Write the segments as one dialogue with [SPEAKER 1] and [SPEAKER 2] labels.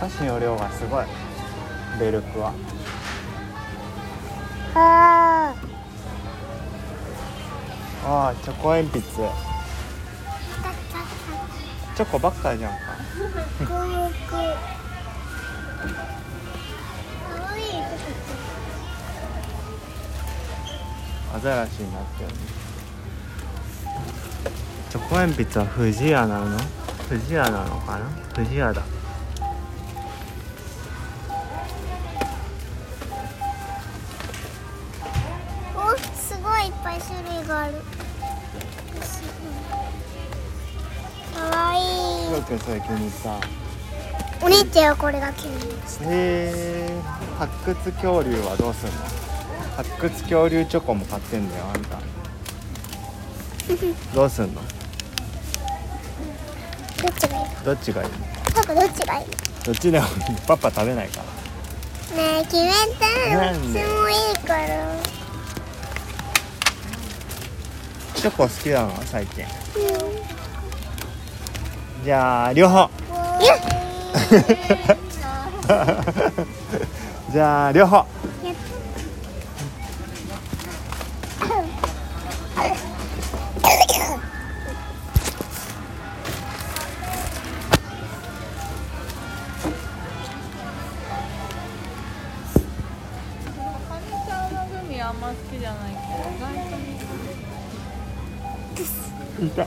[SPEAKER 1] 足の量がすごいベルクは
[SPEAKER 2] あ
[SPEAKER 1] ああチョコ鉛筆チョコばっかじゃんか
[SPEAKER 2] ーこういう子かわいい
[SPEAKER 1] アザラシになってるねチョコ鉛筆は富士屋なの富士屋なのかな富士屋だ
[SPEAKER 2] おすごいいっぱい種類があるかわいい
[SPEAKER 1] 黒くん最近さ
[SPEAKER 2] お姉ちゃんはこれが気に入ります
[SPEAKER 1] へえ発掘恐竜はどうすんの発掘恐竜チョコも買ってんだよあん たどうすんの
[SPEAKER 2] どっちがいいか
[SPEAKER 1] どっちがいいの
[SPEAKER 2] パパどっちがいい
[SPEAKER 1] どっちでもいいパパ食べないから
[SPEAKER 2] ねえ決め
[SPEAKER 1] な
[SPEAKER 2] たどっ
[SPEAKER 1] ん
[SPEAKER 2] ち
[SPEAKER 1] で
[SPEAKER 2] もいいから
[SPEAKER 1] チョコ好きなの最近
[SPEAKER 2] うんよ
[SPEAKER 1] じゃあ両方
[SPEAKER 2] っ
[SPEAKER 1] じゃあ両方
[SPEAKER 3] かみさんのグミあんま好きじゃないけど意外とみんな
[SPEAKER 1] 痛い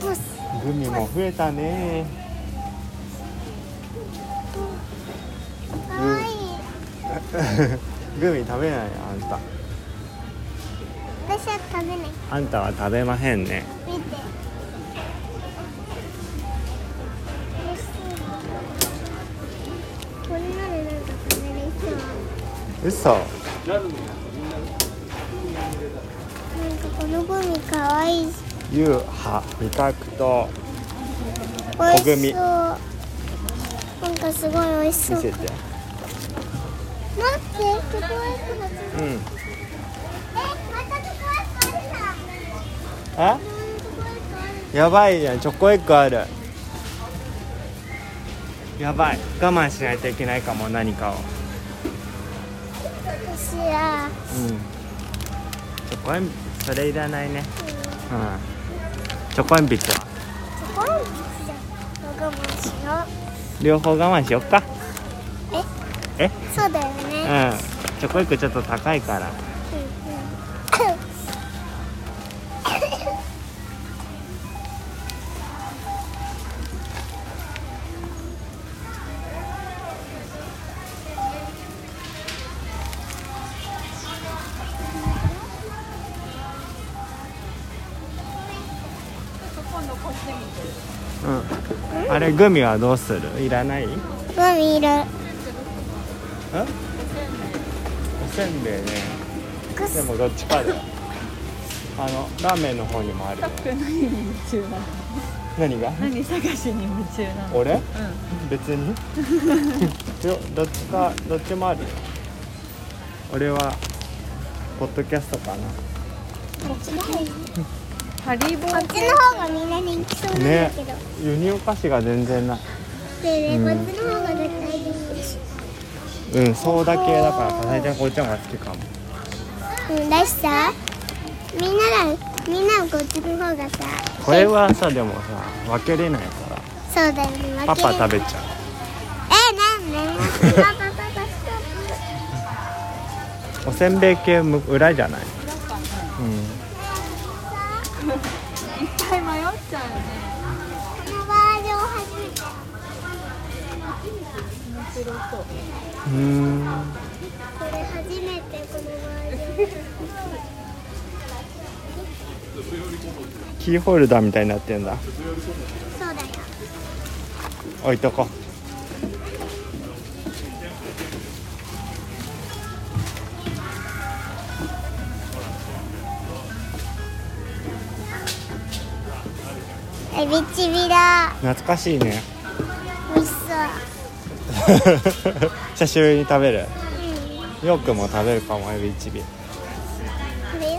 [SPEAKER 1] グミも増えたね
[SPEAKER 2] かわいい
[SPEAKER 1] グミ食べないあんた
[SPEAKER 2] 私は食べない
[SPEAKER 1] あんたは食べまへんね
[SPEAKER 2] 見て嬉しいこれならなんか食べれそう
[SPEAKER 1] 嘘
[SPEAKER 2] なんかこのグミかわいいし
[SPEAKER 1] ユーハ味覚と
[SPEAKER 2] 美味
[SPEAKER 1] グ
[SPEAKER 2] し
[SPEAKER 1] ミ
[SPEAKER 2] そうなんかすごい美味しそう
[SPEAKER 1] 見せ
[SPEAKER 2] 待ってチ
[SPEAKER 1] て
[SPEAKER 2] ョコレートがついてる
[SPEAKER 1] うん
[SPEAKER 2] えまたチョコレートあるじゃん
[SPEAKER 1] え
[SPEAKER 2] チョコレートある
[SPEAKER 1] やばいじゃんチョコエッグあるやばい我慢しないといけないかも何かをうん
[SPEAKER 2] 私は
[SPEAKER 1] チョコ鉛筆それいらないねうんチョコ鉛筆は
[SPEAKER 2] チョコレートじゃん我慢しよ
[SPEAKER 1] 両方我慢しよっか
[SPEAKER 2] うそうだよ
[SPEAKER 1] う
[SPEAKER 2] ね
[SPEAKER 1] んチョコエッグちょっと高いか
[SPEAKER 2] う
[SPEAKER 1] ら
[SPEAKER 2] んうん
[SPEAKER 1] うんあれグミはどうするいらない
[SPEAKER 2] グミいる
[SPEAKER 1] おせんべいね
[SPEAKER 2] くす
[SPEAKER 1] でもどっちかだよあのラーメンの方にもあるよ
[SPEAKER 3] 何に夢中なの
[SPEAKER 1] 何が
[SPEAKER 3] 何探しに夢中なの
[SPEAKER 1] 俺、別 にどどっちかどっちもあるよ俺はポッドキャストかな
[SPEAKER 3] ハリボ
[SPEAKER 2] こっ
[SPEAKER 3] ー
[SPEAKER 2] ちの方がみんな人気そうなんだ
[SPEAKER 1] ね
[SPEAKER 2] けど、ね
[SPEAKER 1] 輸入菓子が全然ない
[SPEAKER 2] えねえこっちの方が絶対人気
[SPEAKER 1] うんソーダ系だからかさいちゃんこうちゃんが好きかも
[SPEAKER 2] うんだしさみんならみんなはこっちの方がさ
[SPEAKER 1] これはさでもさ分けれないか
[SPEAKER 2] そうだよね
[SPEAKER 1] らパパ食
[SPEAKER 2] べ
[SPEAKER 1] べちゃう
[SPEAKER 2] えなんでパパパパストッ
[SPEAKER 1] おせんべい系む裏じゃない
[SPEAKER 3] 一回迷っちゃうよね
[SPEAKER 2] プこのバージョン初めて
[SPEAKER 1] うんうーん
[SPEAKER 2] これ初めてこのバージョン
[SPEAKER 1] キーホルダーみたいになってんだ
[SPEAKER 2] そうだよ
[SPEAKER 1] 置いとこ
[SPEAKER 2] えびちびだ
[SPEAKER 1] 懐かしい ね
[SPEAKER 2] 美味しそう
[SPEAKER 1] 久しぶりに食べる
[SPEAKER 2] うん
[SPEAKER 1] よくも食べるかもエビチビ
[SPEAKER 2] これよ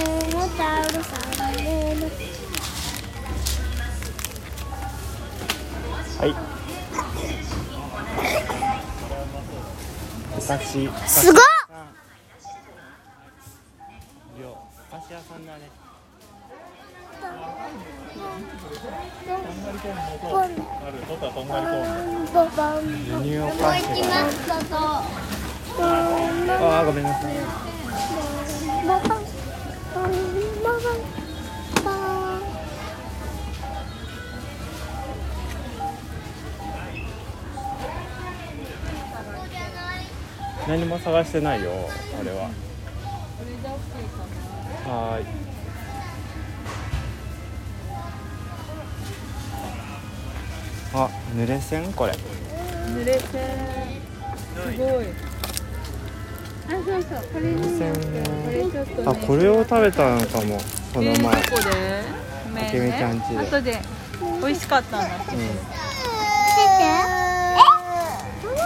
[SPEAKER 2] もうもっとあるさもうもっと
[SPEAKER 1] はい私
[SPEAKER 2] すごっ
[SPEAKER 1] 料お菓子屋さんだね
[SPEAKER 2] ボン
[SPEAKER 1] あるととんがりコー
[SPEAKER 2] ボンボン
[SPEAKER 1] ン輸入お菓子があーごめんなさい何も探してないよあれは
[SPEAKER 3] これじゃ大きいかな
[SPEAKER 1] はーいあ濡れ線これ
[SPEAKER 3] 濡れてすごいあ、そうそう、これに
[SPEAKER 1] 濡れ線
[SPEAKER 3] こ
[SPEAKER 1] ね
[SPEAKER 3] れちょっとね
[SPEAKER 1] あこれを食べたのかもこの
[SPEAKER 3] えーど
[SPEAKER 1] 前
[SPEAKER 3] こで
[SPEAKER 1] あけみちゃん家で
[SPEAKER 3] 後で美味しかったんだって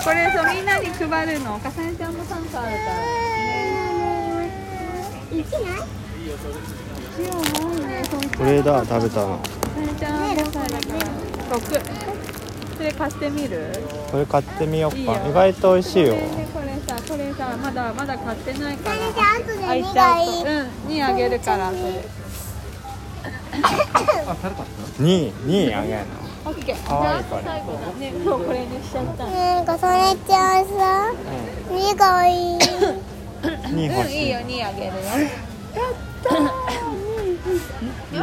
[SPEAKER 3] これそうみんなに配るのかさねちゃんも参加あるから今もねそんか
[SPEAKER 1] これだ食べたの
[SPEAKER 3] かさねちゃん5歳だから6それ貸してみる
[SPEAKER 1] これ買ってみよう
[SPEAKER 3] いい
[SPEAKER 1] か
[SPEAKER 3] よ
[SPEAKER 1] 意外と美味しいよ
[SPEAKER 3] これでこれさこれさまだまだ買ってないからあいちゃんと
[SPEAKER 2] あ
[SPEAKER 3] うんにあげるからそれ
[SPEAKER 1] 2位2位あげるの
[SPEAKER 3] オッケーじ
[SPEAKER 1] かわ
[SPEAKER 3] ゃ
[SPEAKER 1] い
[SPEAKER 3] あ
[SPEAKER 1] いこれ
[SPEAKER 3] 最後だね今日これにしちゃったの
[SPEAKER 2] ちゃんさ、にがいい。
[SPEAKER 1] 2位
[SPEAKER 3] う
[SPEAKER 1] 欲
[SPEAKER 3] んい
[SPEAKER 1] し
[SPEAKER 3] い
[SPEAKER 1] い
[SPEAKER 3] よにあげるよ
[SPEAKER 2] だっ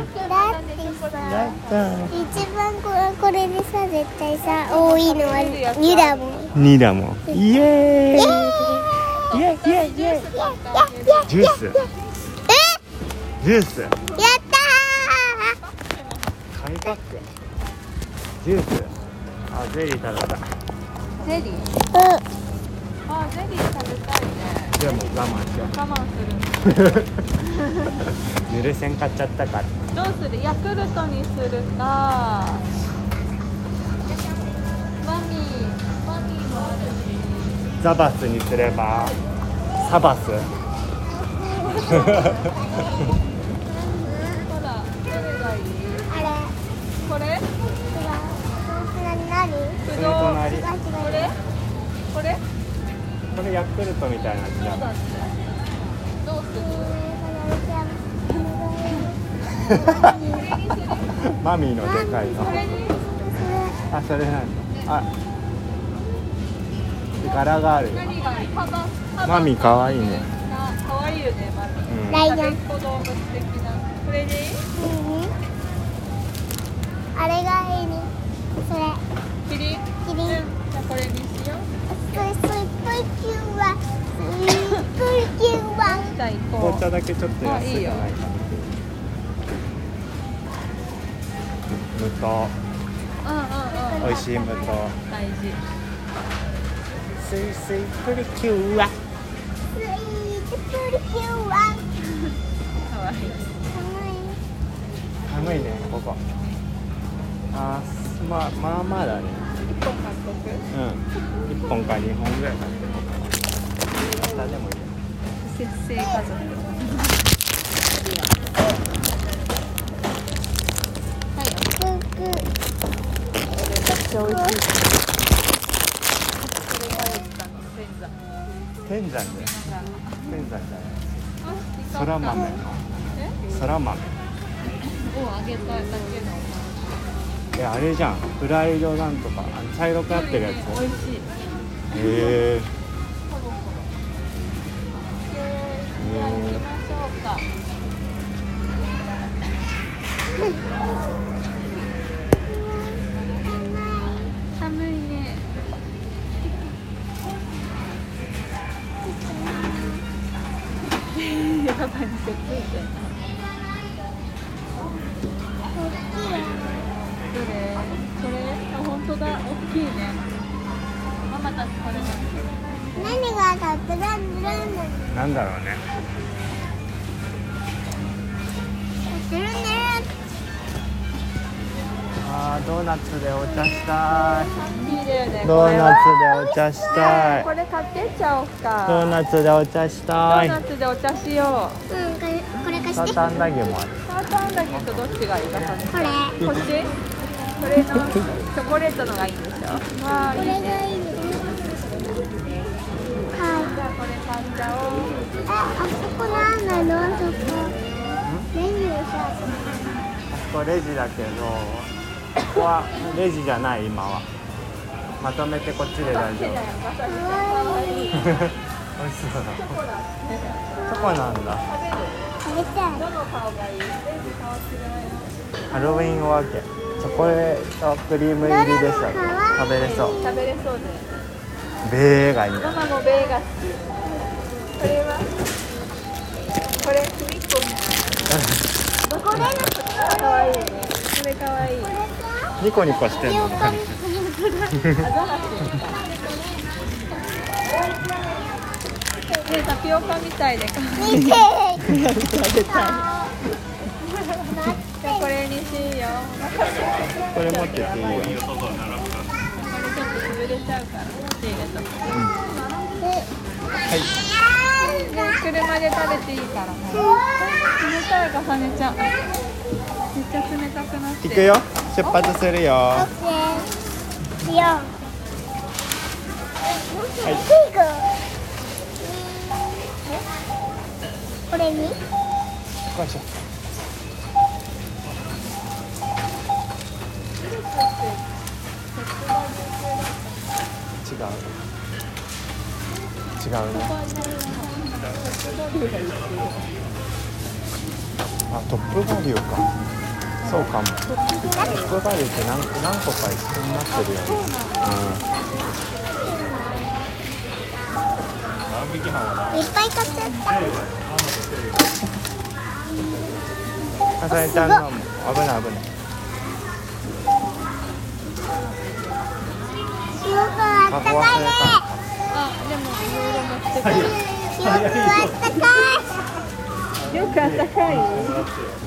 [SPEAKER 2] てさ
[SPEAKER 1] や、った
[SPEAKER 2] 一番これこれでさ、絶対さ、多いのは2だもん。
[SPEAKER 1] 2だもんイエーイイエーイイエーイイエーイジュース
[SPEAKER 2] え
[SPEAKER 1] ジュース
[SPEAKER 2] やった
[SPEAKER 1] 紙パックジュースあゼリー食べた
[SPEAKER 3] ゼ
[SPEAKER 2] ーう
[SPEAKER 3] リー
[SPEAKER 2] ん。
[SPEAKER 3] あゼリー食べたいね
[SPEAKER 1] でも我慢しよ
[SPEAKER 3] 我慢する
[SPEAKER 1] うぬれ線買っちゃったから
[SPEAKER 3] どうするヤクルトにするかマミーマミーもある
[SPEAKER 1] ザバスにすればサバス
[SPEAKER 3] ほらどれがいい
[SPEAKER 2] あれ、
[SPEAKER 3] これ
[SPEAKER 2] な、なに
[SPEAKER 3] ぶ
[SPEAKER 1] そ
[SPEAKER 3] ど
[SPEAKER 1] の
[SPEAKER 3] う
[SPEAKER 1] 隣
[SPEAKER 3] これこれ
[SPEAKER 1] これヤクルトみたいな味
[SPEAKER 3] ど
[SPEAKER 1] だ
[SPEAKER 3] うだってどうする
[SPEAKER 1] マミーのでかいの
[SPEAKER 3] これに
[SPEAKER 1] あそれなんだあ柄があるよ
[SPEAKER 3] 何がいいカバカバ
[SPEAKER 1] マミーかわいいね、
[SPEAKER 3] かわいいよねマミ
[SPEAKER 1] うん、
[SPEAKER 2] ライオ
[SPEAKER 3] ー
[SPEAKER 2] ン
[SPEAKER 3] 食べっ子動物的なこれでいい
[SPEAKER 2] あれがいいね。それ、
[SPEAKER 3] キリン
[SPEAKER 2] キリン
[SPEAKER 3] うんじゃあこれにしよ
[SPEAKER 2] それ、それ、プリキュア、プリキュア。
[SPEAKER 3] うじゃあ行こ
[SPEAKER 1] 紅
[SPEAKER 3] う
[SPEAKER 1] 茶だけちょっと安いじゃないかな無糖
[SPEAKER 3] うんうんうん
[SPEAKER 1] 美味しい無糖
[SPEAKER 3] 大事
[SPEAKER 1] スイスイプリキュア
[SPEAKER 2] スイートプリキュア。
[SPEAKER 3] かわいい
[SPEAKER 1] 寒いねここあーすまあまあまあだね
[SPEAKER 3] 一本獲得
[SPEAKER 1] うん1本か2本ぐらい買ってこうかなでもいいよ
[SPEAKER 3] 節制家族
[SPEAKER 2] 寒い。くく。
[SPEAKER 1] 天山で天山じゃないそら
[SPEAKER 3] 空
[SPEAKER 1] 豆の
[SPEAKER 3] え
[SPEAKER 1] そら豆
[SPEAKER 3] をあげただけの
[SPEAKER 1] いやあれじゃんフライドなんとかあの茶色くなってるやつへ
[SPEAKER 3] 美味しい
[SPEAKER 1] え
[SPEAKER 3] ほぼほぼじゃあ行きましょうか寒いねパパにくっついてどれこれあ本当だ大きいねママたちこれだ
[SPEAKER 2] 何がだってランランラン。
[SPEAKER 1] なんだろうね
[SPEAKER 2] てるね。
[SPEAKER 1] あードーナツでお茶した
[SPEAKER 3] 綺麗ね
[SPEAKER 1] いド
[SPEAKER 3] こ
[SPEAKER 1] ー
[SPEAKER 3] れ
[SPEAKER 1] ナ
[SPEAKER 3] は
[SPEAKER 1] ツでお茶したい
[SPEAKER 3] これ買ってっちゃおうか
[SPEAKER 1] ドーナツでお茶し
[SPEAKER 3] ド
[SPEAKER 1] た
[SPEAKER 3] ー
[SPEAKER 1] い
[SPEAKER 3] ナツでお茶しよ
[SPEAKER 2] うん、これこれ貸し
[SPEAKER 1] サ
[SPEAKER 2] て。
[SPEAKER 1] タンダギもある
[SPEAKER 3] うサーターアンダギーとどっちがいいかさね
[SPEAKER 2] これ。
[SPEAKER 3] こっちこれのチョコレートのがいいんでしょわあい
[SPEAKER 2] こ
[SPEAKER 3] い
[SPEAKER 2] れがいい
[SPEAKER 3] ね
[SPEAKER 2] の
[SPEAKER 3] じ
[SPEAKER 2] は
[SPEAKER 3] ゃあこれ買っちゃおう
[SPEAKER 2] いああそこなんなのあそこメニューさ
[SPEAKER 1] これレジだけどここはレジじゃない今はまとめてこっちで大丈夫美味
[SPEAKER 2] かわいい食
[SPEAKER 1] しそうだチョコなんだ
[SPEAKER 2] べたい
[SPEAKER 3] どの顔がいい全部顔違います
[SPEAKER 1] ハロウィンお揚げチョコレートクリーム入りでしたけど食べれそう
[SPEAKER 3] 食べれそうで
[SPEAKER 1] ベーがいい
[SPEAKER 3] マ
[SPEAKER 1] な
[SPEAKER 3] マもベーが好きこれはこれ隅っこみ
[SPEAKER 2] どこでの
[SPEAKER 3] たいかわいいねこれかわいいあ
[SPEAKER 1] ニコニコしてんの
[SPEAKER 2] 横にこれ
[SPEAKER 3] ドーナツみたいねタピオカみたいでかわいい
[SPEAKER 2] 見て
[SPEAKER 3] 食べたい
[SPEAKER 2] 待って
[SPEAKER 3] これにしいよ
[SPEAKER 1] これ持ってていいよ
[SPEAKER 3] これちょっと潰れちゃうから手入れとく車で食べていいからもう冷たい重ねちゃうめっちゃ冷たくなって
[SPEAKER 1] 行くよ出発するよは
[SPEAKER 2] これに
[SPEAKER 1] いよいしょ違う違うねあトップバリューかそうかもトップバリューって何何個か一緒になってるよね
[SPEAKER 2] いっぱい買っちゃった。
[SPEAKER 1] うんかさねちゃんのも危ない危ない
[SPEAKER 2] ひよこあったかいね。
[SPEAKER 3] あでもいろいろ持って
[SPEAKER 2] ひよこあったかい。
[SPEAKER 3] くるよくあったかい